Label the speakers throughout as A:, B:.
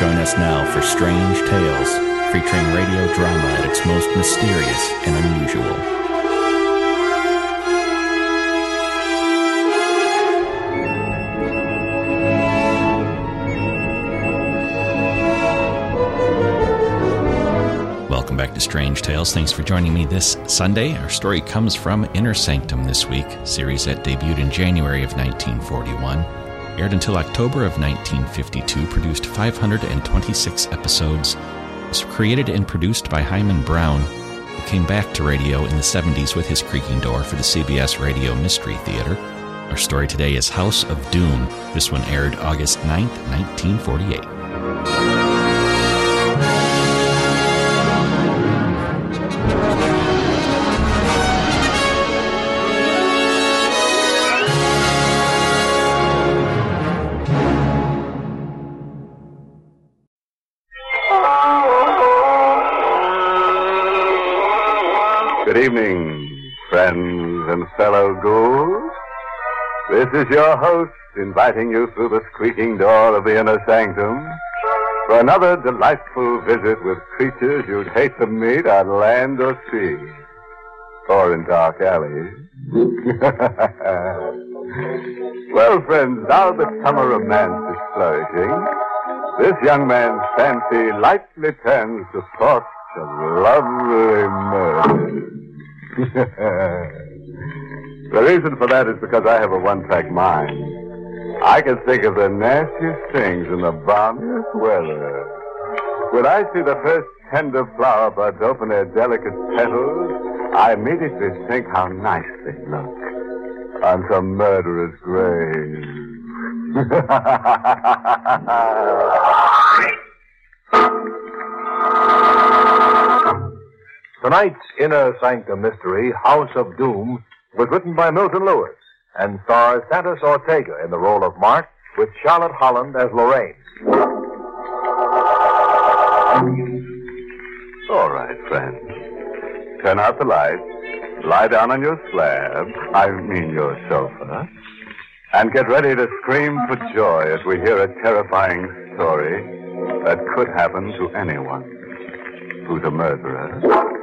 A: Join us now for Strange Tales, featuring radio drama at its most mysterious and unusual. Welcome back to Strange Tales. Thanks for joining me this Sunday. Our story comes from Inner Sanctum this week, a series that debuted in January of 1941, aired until October of 1952, produced 526 episodes, was created and produced by Hyman Brown, who came back to radio in the 70s with his creaking door for the CBS Radio Mystery Theater. Our story today is House of Doom. This one aired August 9th, 1948.
B: Good evening, friends and fellow ghouls. This is your host inviting you through the squeaking door of the inner sanctum for another delightful visit with creatures you'd hate to meet on land or sea, or in dark alleys. well, friends, now that summer romance is flourishing, this young man's fancy lightly turns to thoughts of lovely murder. the reason for that is because I have a one-track mind. I can think of the nastiest things in the balmiest weather. When I see the first tender flower buds open their delicate petals, I immediately think how nice they look on some murderer's grave.
C: Tonight's Inner Sanctum Mystery, House of Doom, was written by Milton Lewis and stars Santos Ortega in the role of Mark with Charlotte Holland as Lorraine.
B: All right, friends. Turn out the lights. Lie down on your slab, I mean your sofa, and get ready to scream for joy as we hear a terrifying story that could happen to anyone who's a murderer.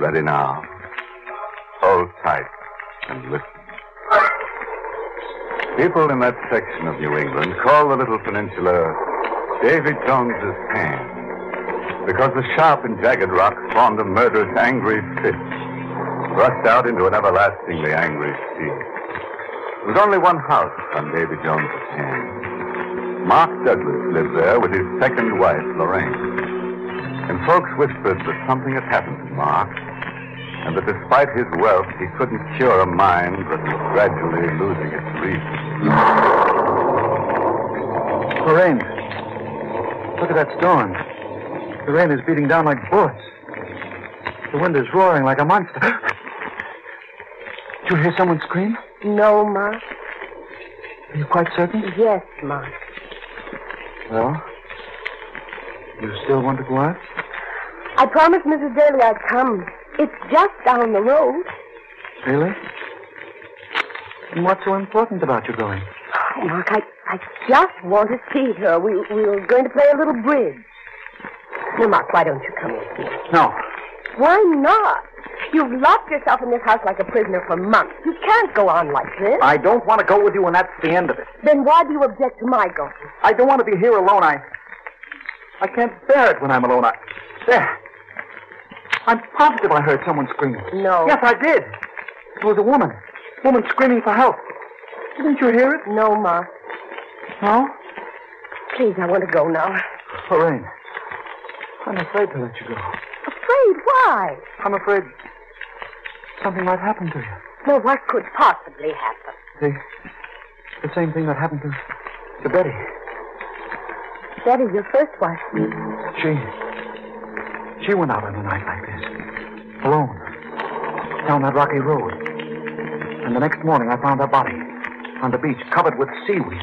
B: Ready now. Hold tight and listen. People in that section of New England call the little peninsula Davy Jones's Pan because the sharp and jagged rocks formed a murderous angry fist, rushed out into an everlastingly angry sea. There was only one house on Davy Jones's hand. Mark Douglas lived there with his second wife, Lorraine. And folks whispered that something had happened to Mark, and that despite his wealth, he couldn't cure a mind that was gradually losing its reason.
D: Lorraine, look at that storm. The rain is beating down like bullets. The wind is roaring like a monster. Did you hear someone scream?
E: No, Mark.
D: Are you quite certain?
E: Yes, Mark.
D: Well, you still want to go out?
E: I promised Mrs. Daly I'd come. It's just down the road.
D: Really? And what's so important about you going?
E: Oh, Mark, I, I just want to see her. We, we were going to play a little bridge. Now, Mark, why don't you come with me?
D: No.
E: Why not? You've locked yourself in this house like a prisoner for months. You can't go on like this.
D: I don't want to go with you, and that's the end of it.
E: Then why do you object to my going?
D: I don't want to be here alone. I. I can't bear it when I'm alone. I. There. I'm positive I heard someone screaming.
E: No.
D: Yes, I did. It was a woman. Woman screaming for help. Didn't you hear it?
E: No, Mark.
D: No?
E: Please, I want to go now.
D: Lorraine, I'm afraid to let you go.
E: Afraid? Why?
D: I'm afraid something might happen to you.
E: Well, what could possibly happen?
D: The, the same thing that happened to, to Betty.
E: Betty, your first wife.
D: She. She went out on a night like this. Alone. Down that rocky road. And the next morning, I found her body. On the beach, covered with seaweed.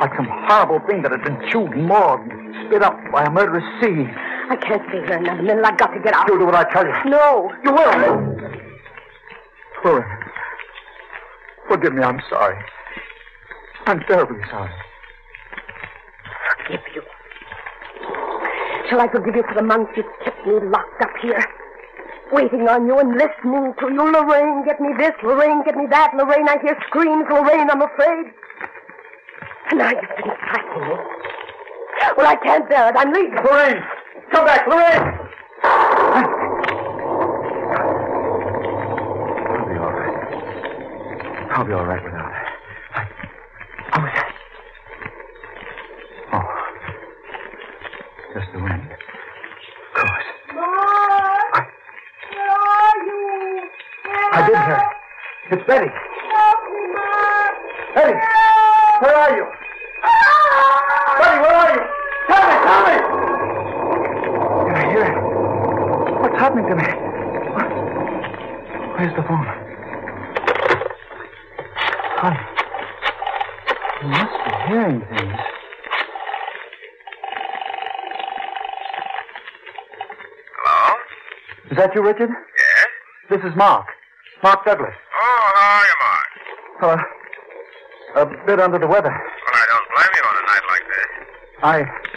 D: Like some horrible thing that had been chewed and mauled and spit up by a murderous sea.
E: I can't stay here another minute. I've got to get out.
D: You do what I tell you.
E: No.
D: You will. Flora. Forgive me. I'm sorry. I'm terribly sorry.
E: Forgive you. Shall I forgive you for the months you kept me locked up here? Waiting on you and listening to you. Lorraine, get me this. Lorraine, get me that. Lorraine, I hear screams. Lorraine, I'm afraid. And now you've been frightening me. Well, I can't bear it. I'm leaving.
D: Lorraine! Come back, Lorraine! I'll be all right. I'll be all right without her. I, I was. Oh. Just the wind. Of course. I, I did hear it. It's Betty. Betty! Where are you? Betty, where are you? Tell me, tell me! Can I hear it? What's happening to me? Where's the phone? I I must be hearing things.
F: Hello?
D: Is that you, Richard?
F: Yes?
D: This is Mark. Mark Douglas.
F: Oh, how are you, Mark?
D: Uh, a bit under the weather.
F: Well, I don't blame you on a night like this.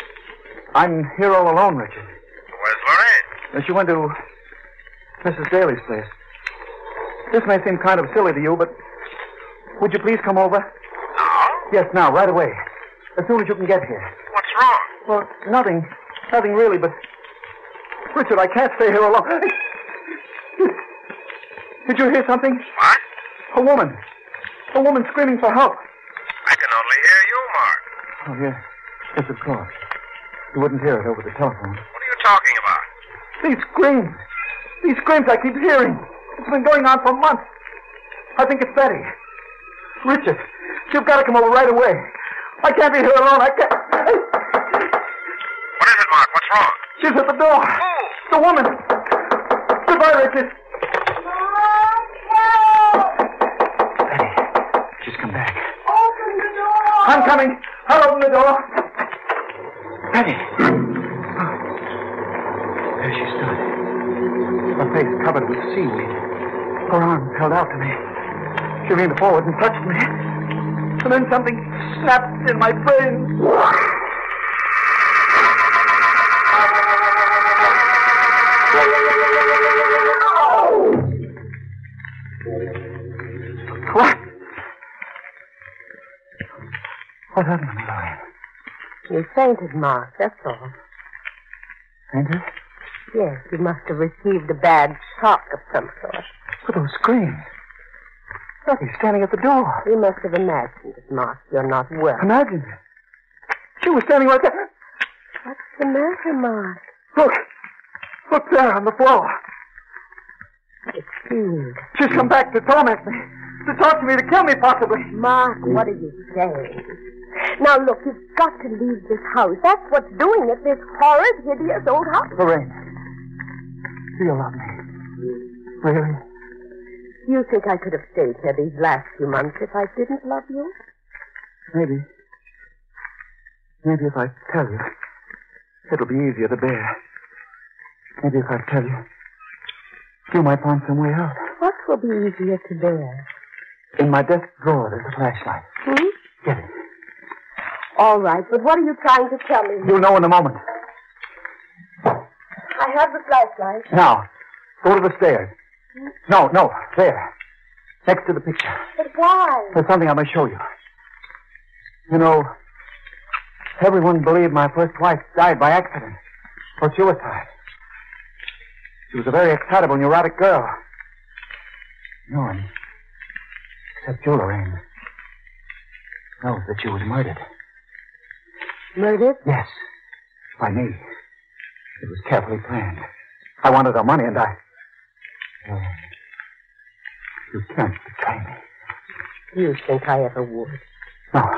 D: I. I'm here all alone, Richard.
F: Where's Lorraine?
D: Uh, She went to Mrs. Daly's place. This may seem kind of silly to you, but would you please come over?
F: No?
D: Yes, now, right away. As soon as you can get here.
F: Oh, What's wrong?
D: Well, nothing. Nothing really, but. Richard, I can't stay here alone. Did you hear something?
F: What?
D: A woman. A woman screaming for help.
F: I can only hear you, Mark.
D: Oh, yes. Yes, of course. You wouldn't hear it over the telephone.
F: What are you talking about?
D: These screams. These screams I keep hearing. It's been going on for months. I think it's Betty. Richard, you've got to come over right away. I can't be here alone. I can't.
F: What is it, Mark? What's wrong?
D: She's at the door. The woman. Goodbye, Richard. Betty, she's come back.
E: Open the door.
D: I'm coming. I'll open the door. Betty. There she stood. Her face covered with seaweed. Her arms held out to me. She leaned forward and touched me. And then something snapped in my brain. What? What happened to me, Lorraine?
E: You fainted, Mark. That's all.
D: Fainted?
E: Yes, you must have received a bad shock of some sort.
D: But those screams. Betty's standing at the door.
E: You must have imagined it, Mark. You're not well.
D: Imagine it. She was standing right there.
E: What's the matter, Mark?
D: Look. Look there on the floor.
E: It seems.
D: She's come back to torment me. To talk to me, to kill me, possibly.
E: Mark, what are you saying? Now, look, you've got to leave this house. That's what's doing it, this horrid, hideous old house.
D: Lorraine. Do you love me? Really?
E: You think I could have stayed here these last few months if I didn't love you?
D: Maybe. Maybe if I tell you, it'll be easier to bear. Maybe if I tell you, you might find some way out.
E: What will be easier to bear?
D: In my desk drawer, there's a flashlight.
E: Hmm?
D: Get it.
E: All right, but what are you trying to tell me?
D: You'll know in a moment.
E: I have the flashlight.
D: Now, go to the stairs. No, no, there. Next to the picture.
E: But why?
D: There's something I must show you. You know, everyone believed my first wife died by accident or suicide. She was a very excitable, neurotic girl. No one, except you, Lorraine, knows that she was murdered.
E: Murdered?
D: Yes, by me. It was carefully planned. I wanted her money, and I. Well, Oh. You can't betray me.
E: You think I ever would?
D: Now,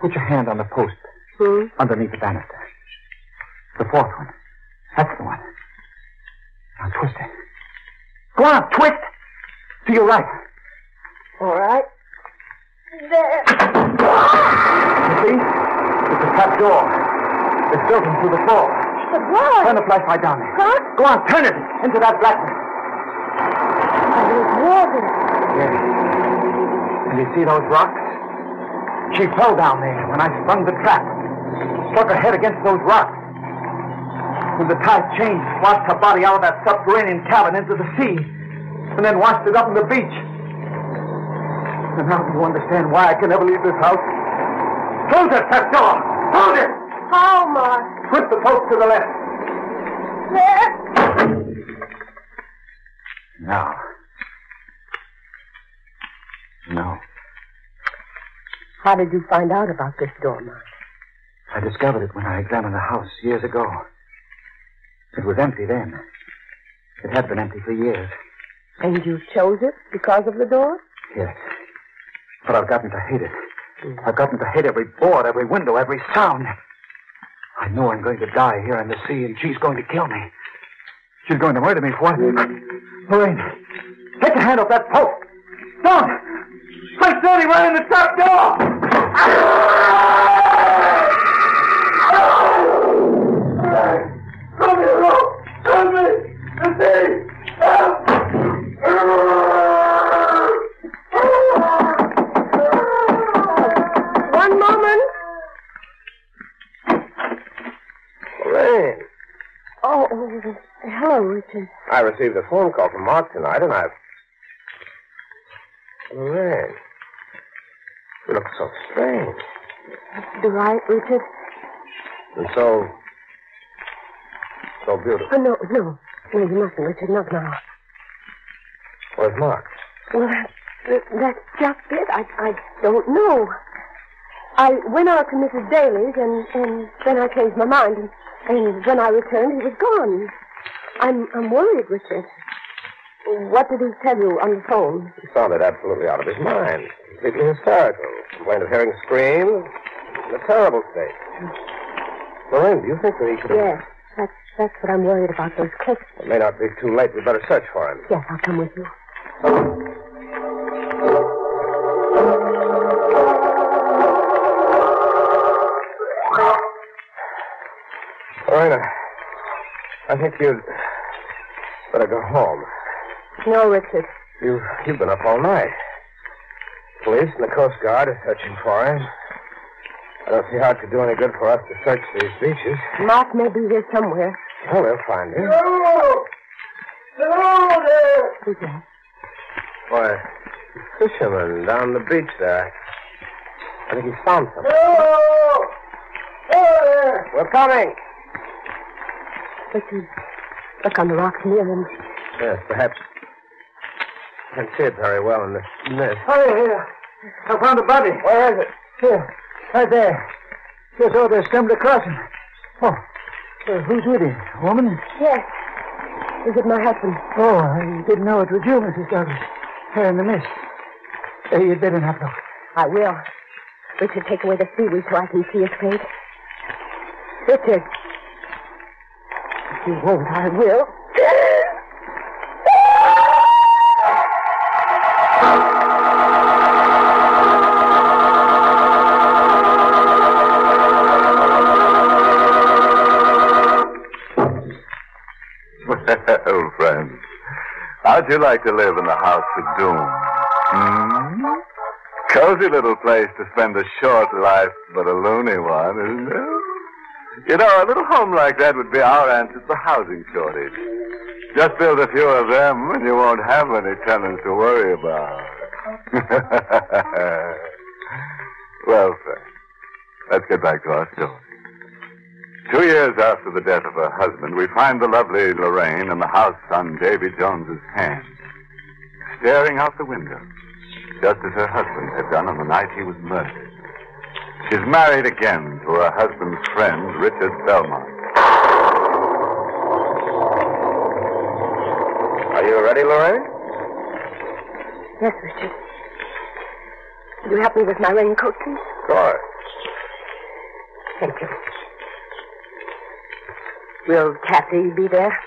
D: put your hand on the post
E: Hmm?
D: underneath the banister. The fourth one. That's the one. Now twist it. Go on, twist! To your right.
E: All right. There.
D: You see? It's a trap door. It's built in through the floor.
E: The blood.
D: Turn the flashlight down there.
E: Huh?
D: Go on, turn it into that blackness.
E: There's water.
D: Yes. And you see those rocks? She fell down there when I sprung the trap. Struck her head against those rocks. When the tide changed, washed her body out of that subterranean cabin into the sea. And then washed it up on the beach. And now do you understand why I can never leave this house? Close it, that door! Close it!
E: How, Mark?
D: Twist the post to the left.
E: There.
D: No. No.
E: How did you find out about this door, Mark?
D: I discovered it when I examined the house years ago. It was empty then. It had been empty for years.
E: And you chose it because of the door?
D: Yes. But I've gotten to hate it. I've gotten to hate every board, every window, every sound. I know I'm going to die here in the sea, and she's going to kill me. She's going to murder me for it. Lorraine, take your hand off that post. Don't! Strike dirty right in the top door!
E: Ah! One moment.
F: Lorraine,
E: Oh, oh, hello, Richard.
F: I received a phone call from Mark tonight, and I've. Lorraine, you look so strange.
E: Do I, Richard?
F: And so. so beautiful.
E: Oh, no, no. No, you mustn't, Richard. Not now.
F: Where's Mark?
E: Well, that, that, that's just it. I, I don't know. I went out to Mrs. Daly's, and, and then I changed my mind. And, and when I returned, he was gone. I'm, I'm worried, Richard. What did he tell you on the phone?
F: He sounded absolutely out of his mind. Completely hysterical. Complained of hearing screams. In a terrible state. Lorraine, do you think that he could have...
E: Yes, that's, that's what I'm worried about, those clicks.
F: It may not be too late. We'd better search for him.
E: Yes, I'll come with you.
F: Lorraine, I think you'd better go home.
E: No, Richard.
F: You, you've been up all night. Police and the Coast Guard are searching for him. I don't see how it could do any good for us to search these beaches.
E: Mark may be here somewhere.
F: Well, they'll find him.
E: Who's that?
F: Why, fisherman down the beach there. I think he's found something. We're coming.
E: Richard, look on the rocks near him.
F: Yes, perhaps. Can't see it very well in this mist.
D: Hurry here. Oh, I found a body. Where is it? Here. Right there. Just over stumbled across him. Oh. Uh, who's with him? A woman?
E: Yes. Is it my husband?
D: Oh, I didn't know it was you, Mrs. Douglas. Here in the mist. Uh, you'd better not look.
E: I will. Richard, take away the seaweed so I can see his face. Richard. You won't, I will.
B: Well, friends, how'd you like to live in the House of Doom? Hmm? Cozy little place to spend a short life, but a loony one, isn't it? You know, a little home like that would be our answer to the housing shortage. Just build a few of them, and you won't have any tenants to worry about. well, friends, let's get back to our story. Two years after the death of her husband, we find the lovely Lorraine in the house on Davy Jones's hand, staring out the window, just as her husband had done on the night he was murdered. She's married again to her husband's friend, Richard Belmont.
F: Are you ready, Lorraine?
E: Yes, Richard. Will you help me with my raincoat, please?
D: Of course.
E: Thank you. Will Kathy be there?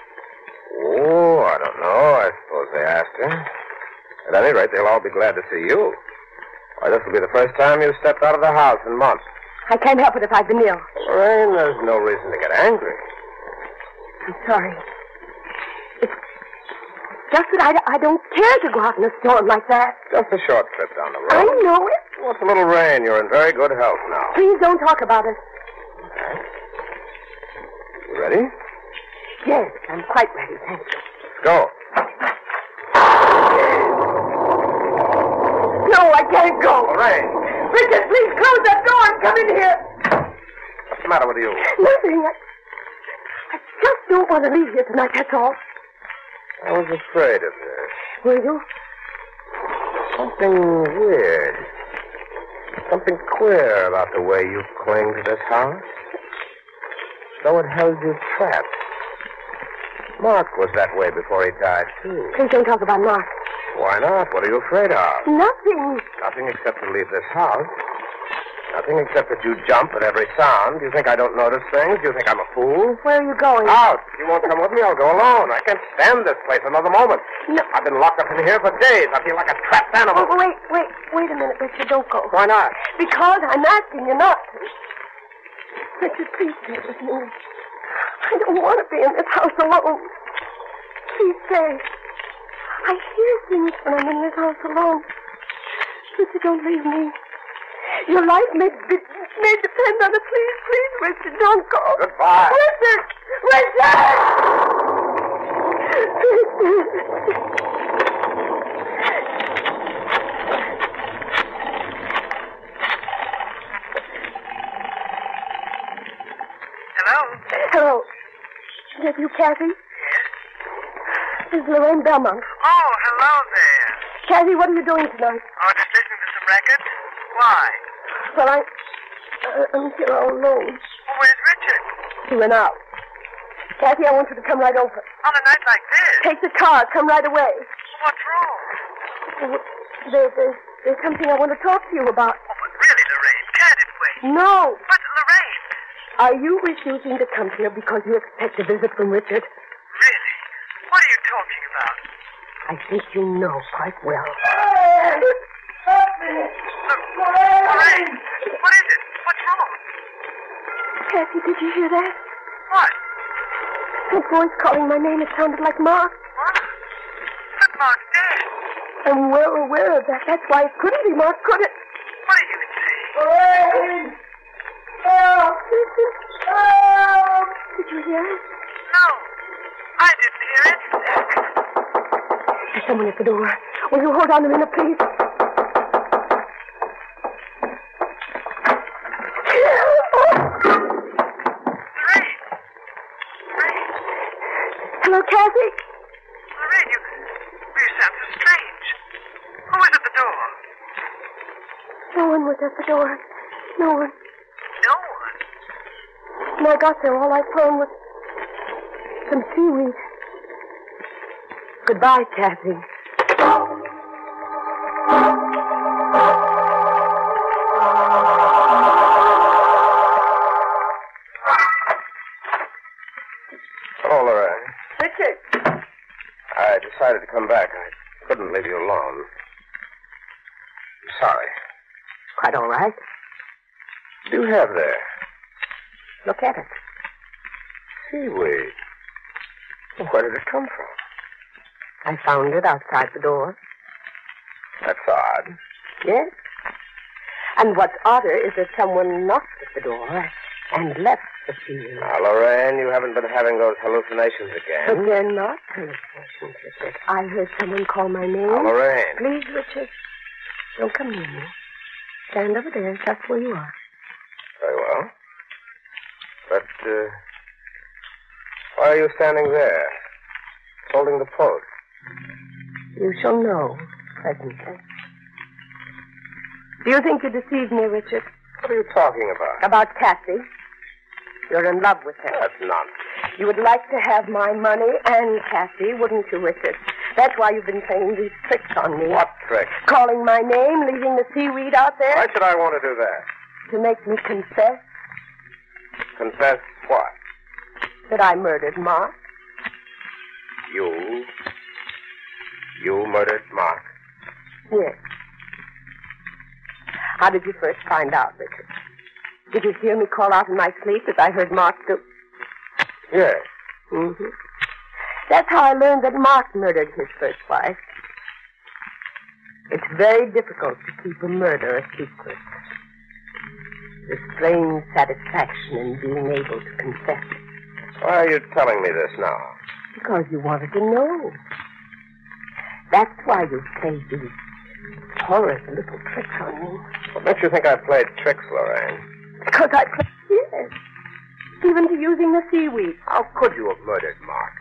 D: Oh, I don't know. I suppose they asked her. At any rate, they'll all be glad to see you. Why, this will be the first time you've stepped out of the house in months.
E: I can't help it if I've been ill.
D: Lorraine, there's no reason to get angry.
E: I'm sorry. It's just that I, I don't care to go out in a storm like that.
D: Just a short trip down the
E: I
D: road.
E: know it.
D: What's a little rain? You're in very good health now.
E: Please don't talk about it.
D: You ready?
E: Yes, I'm quite ready, thank you.
D: Let's go.
E: No, I can't go.
D: Lorraine,
E: Richard, please close that door and come in here.
D: what's the matter with you?
E: Nothing. I, I just don't want to leave here tonight, that's all.
D: I was afraid of this.
E: Will you?
D: Something weird. Something queer about the way you cling to this house. So it held you trapped. Mark was that way before he died, too.
E: Please don't talk about Mark.
D: Why not? What are you afraid of?
E: Nothing.
D: Nothing except to leave this house. Nothing except that you jump at every sound. You think I don't notice things? You think I'm a fool?
E: Where are you going?
D: Out! You won't come with me. I'll go alone. I can't stand this place another moment.
E: No.
D: I've been locked up in here for days. I feel like a trapped animal.
E: Oh, wait, wait, wait a minute, Richard. Don't go.
D: Why not?
E: Because I'm asking you not to. Richard, please stay with me. I don't want to be in this house alone. Please stay. I hear things when I'm in this house alone. Richard, don't leave me. Your life may, be, may depend on it. Please, please, Richard, don't go.
D: Goodbye.
E: Richard! Richard! Richard! Hello. Is that you, Kathy? This is Lorraine Belmont.
F: Oh, hello there.
E: Kathy, what are you doing tonight?
F: Oh, just listening to some records? Why?
E: Well, I, uh, I'm here all alone.
F: Well, where's Richard?
E: She went out. Kathy, I want you to come right over.
F: On a night like this?
E: Take the car. Come right away.
F: What's wrong?
E: There, there, there's something I want to talk to you about.
F: Oh, but really, Lorraine, can't it wait?
E: No.
F: But, Lorraine,
E: Are you refusing to come here because you expect a visit from Richard?
F: really? What are you talking about?
E: I think you know quite well.
F: Lorraine, what is it? What's wrong?
E: Kathy, did you hear that?
F: What?
E: That voice calling my name, it sounded like Mark.
F: What? But Mark's dead.
E: I'm well aware of that. That's why it couldn't be Mark, could it?
F: What are you saying?
E: Did you hear it?
F: No. I didn't hear anything.
E: There's someone at the door. Will you hold on a minute, please?
F: Lorraine. Lorraine.
E: Hello, Kathy?
F: Lorraine, you, you sound so strange. Who is at the door?
E: No one was at the door. No one.
F: No one.
E: When I got there, all I found was some seaweed. Goodbye, Kathy.
D: Hello, Lorraine.
E: Richard.
D: I decided to come back. I couldn't leave you alone. I'm sorry.
E: Quite all right.
D: What do you have there?
E: Look at it.
D: Seaweed. Well, Where did it come from?
E: I found it outside the door.
D: That's odd.
E: Yes. And what's odder is that someone knocked at the door and left the seaweed.
D: Now, Lorraine, you haven't been having those hallucinations
E: But
D: again.
E: they're not hallucinations, Richard. I heard someone call my
D: Now,
E: name.
D: Lorraine.
E: Please, Richard, don't come near me. Stand over there, just where you are.
D: Very well. But, uh, why are you standing there? Holding the post.
E: You shall know presently. Do you think you deceived me, Richard?
D: What are you talking about?
E: About Kathy? You're in love with her.
D: That's nonsense.
E: You would like to have my money and Kathy, wouldn't you, Richard? That's why you've been playing these tricks on me.
F: What trick?
E: Calling my name, leaving the seaweed out there
F: Why should I want to do that?
E: to make me confess
F: Confess what?
E: that I murdered Mark.
F: You. You murdered Mark.
E: Yes. How did you first find out, Richard? Did you hear me call out in my sleep as I heard Mark do?
F: Yes.
E: Mm-hmm. That's how I learned that Mark murdered his first wife. It's very difficult to keep a murder a secret. The strange satisfaction in being able to confess it.
F: Why are you telling me this now?
E: Because you wanted to know. That's why you played these horrid little tricks on me.
F: What makes you think I played tricks, Lorraine?
E: Because I played yes. Even to using the seaweed.
F: How could you have murdered Mark?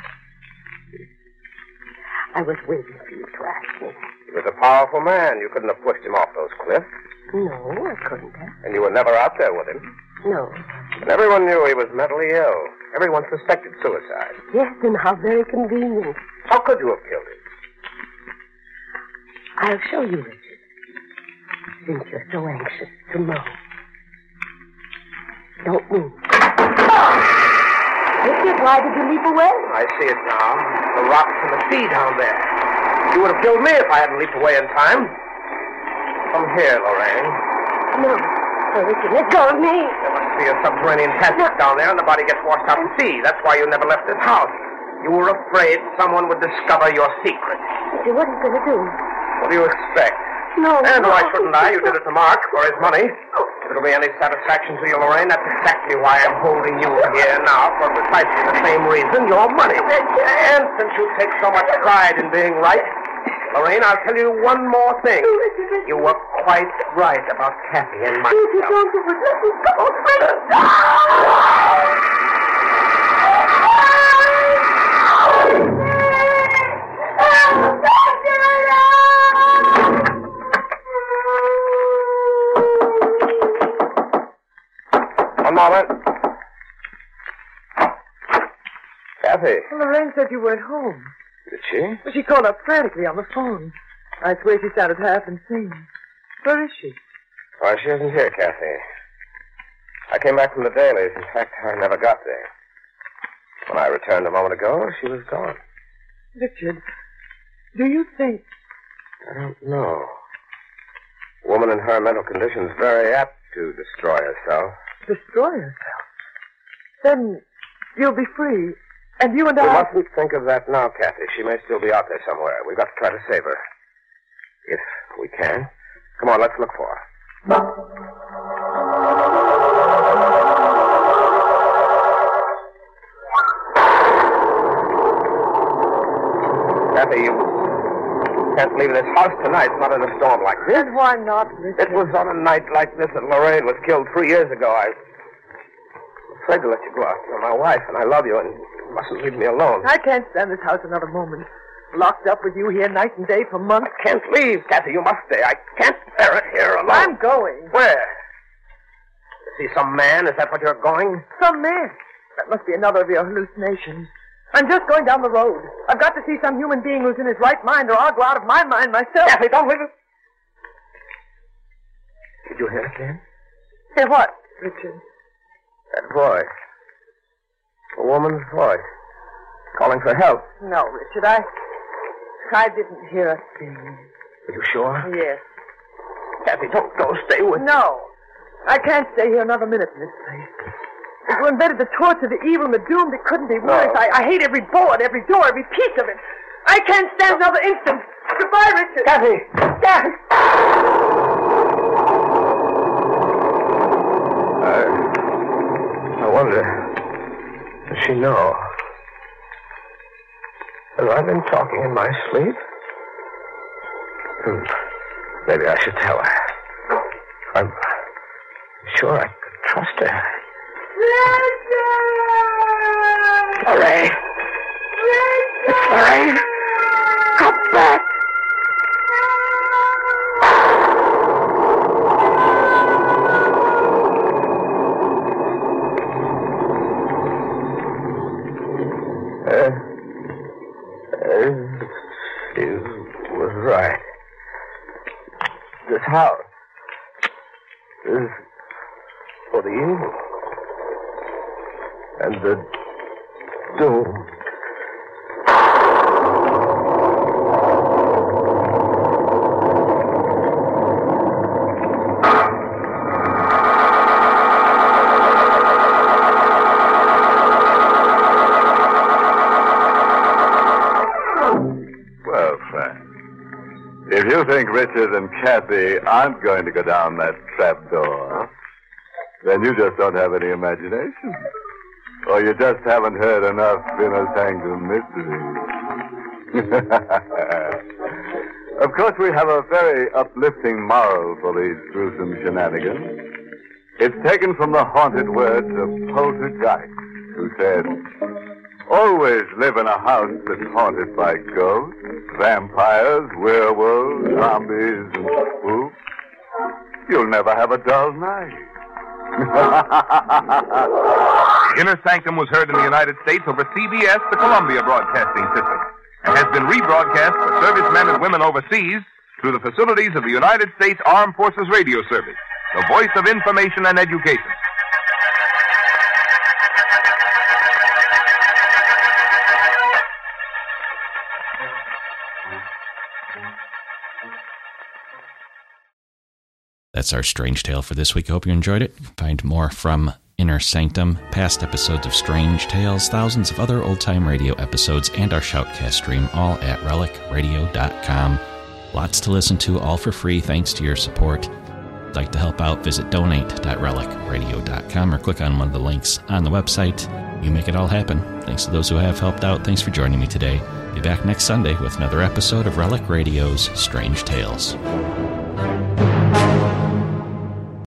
E: I was waiting for you to ask me.
F: He was a powerful man. You couldn't have pushed him off those cliffs,
E: No, I couldn't have.
F: and you were never out there with him.
E: No.
F: And everyone knew he was mentally ill. Everyone suspected suicide.
E: Yes, and how very convenient.
F: How could you have killed him?
E: I'll show you, Richard. Since you're so anxious to know. Don't move. Richard, why did you leap away?
F: I see it now. The rocks and the sea down there. You would have killed me if I hadn't leaped away in time. Come here, Lorraine.
E: No. No, Richard, let go of me.
F: There must be a subterranean passage down there, and the body gets washed out to sea. That's why you never left this house. You were afraid someone would discover your secret.
E: Richard, what are you going to do?
F: What do you expect?
E: No.
F: And
E: no.
F: why shouldn't I? You did it to Mark for his money. If it'll be any satisfaction to you, Lorraine, that's exactly why I'm holding you here now for precisely the same reason, your money. And since you take so much pride in being right, Lorraine, I'll tell you one more thing. You were quite right about Kathy and myself.
E: Richard, don't do it. Let me go. Richard.
F: One moment. Kathy.
G: Lorraine said you weren't home.
F: Did she?
G: Well, she called up frantically on the phone. I swear she sounded half insane. Where is she?
F: Why, she isn't here, Kathy. I came back from the dailies. In fact, I never got there. When I returned a moment ago, she was gone.
G: Richard, do you think
F: I don't know. A woman in her mental condition is very apt to destroy herself.
G: destroy herself? Then you'll be free, and you and
F: We
G: I.
F: mustn't think of that now, Kathy. She may still be out there somewhere. We've got to try to save her. If we can. Come on, let's look for her. Kathy, you can't leave this house tonight, not in a storm like this.
G: And why not, Richard?
F: It was on a night like this that Lorraine was killed three years ago. I was afraid to let you go out. You're my wife, and I love you, and you mustn't leave me alone.
G: I can't stand this house another moment. Locked up with you here night and day for months.
F: can't leave, Kathy. You must stay. I can't bear it here alone.
G: I'm going.
F: Where? Is he some man? Is that what you're going?
G: Some man. That must be another of your hallucinations. I'm just going down the road. I've got to see some human being who's in his right mind, or I'll go out of my mind myself.
F: Kathy, don't leave it. Did you hear it again?
G: Say what, Richard?
F: That voice. A woman's voice. Calling for help.
G: No, Richard, I. I didn't hear a thing.
F: Are you sure?
G: Yes.
F: Kathy, don't go. Stay with
G: No. I can't stay here another minute in this place. If we're embedded the torture, the evil, and the doom that couldn't be worse. I, I hate every bullet, every door, every piece of it. I can't stand another instant. Goodbye, Richard. Kathy. Kathy.
F: I wonder. Does she know? Have I been talking in my sleep? Hmm. Maybe I should tell her. I'm sure I could trust her. Lorraine! It's Lorraine! Come back! Uh, uh, this house. Is for the evil. And the doom.
B: Well, Frank, if you think Richard and Kathy aren't going to go down that trap door, then you just don't have any imagination. Or you just haven't heard enough Inner Sanctum mysteries. of course, we have a very uplifting moral for these gruesome shenanigans. It's taken from the haunted words of Poltergeist, who said, Always live in a house that's haunted by ghosts, vampires, werewolves, zombies, and spooks. You'll never have a dull night.
H: Inner Sanctum was heard in the United States over CBS, the Columbia Broadcasting System, and has been rebroadcast for servicemen and women overseas through the facilities of the United States Armed Forces Radio Service, the voice of information and education.
A: That's our strange tale for this week. Hope you enjoyed it. Find more from Inner Sanctum, past episodes of Strange Tales, thousands of other old time radio episodes, and our shoutcast stream all at relicradio.com. Lots to listen to, all for free, thanks to your support. If you'd like to help out, visit donate.relicradio.com or click on one of the links on the website. You make it all happen. Thanks to those who have helped out. Thanks for joining me today. Be back next Sunday with another episode of Relic Radio's Strange Tales.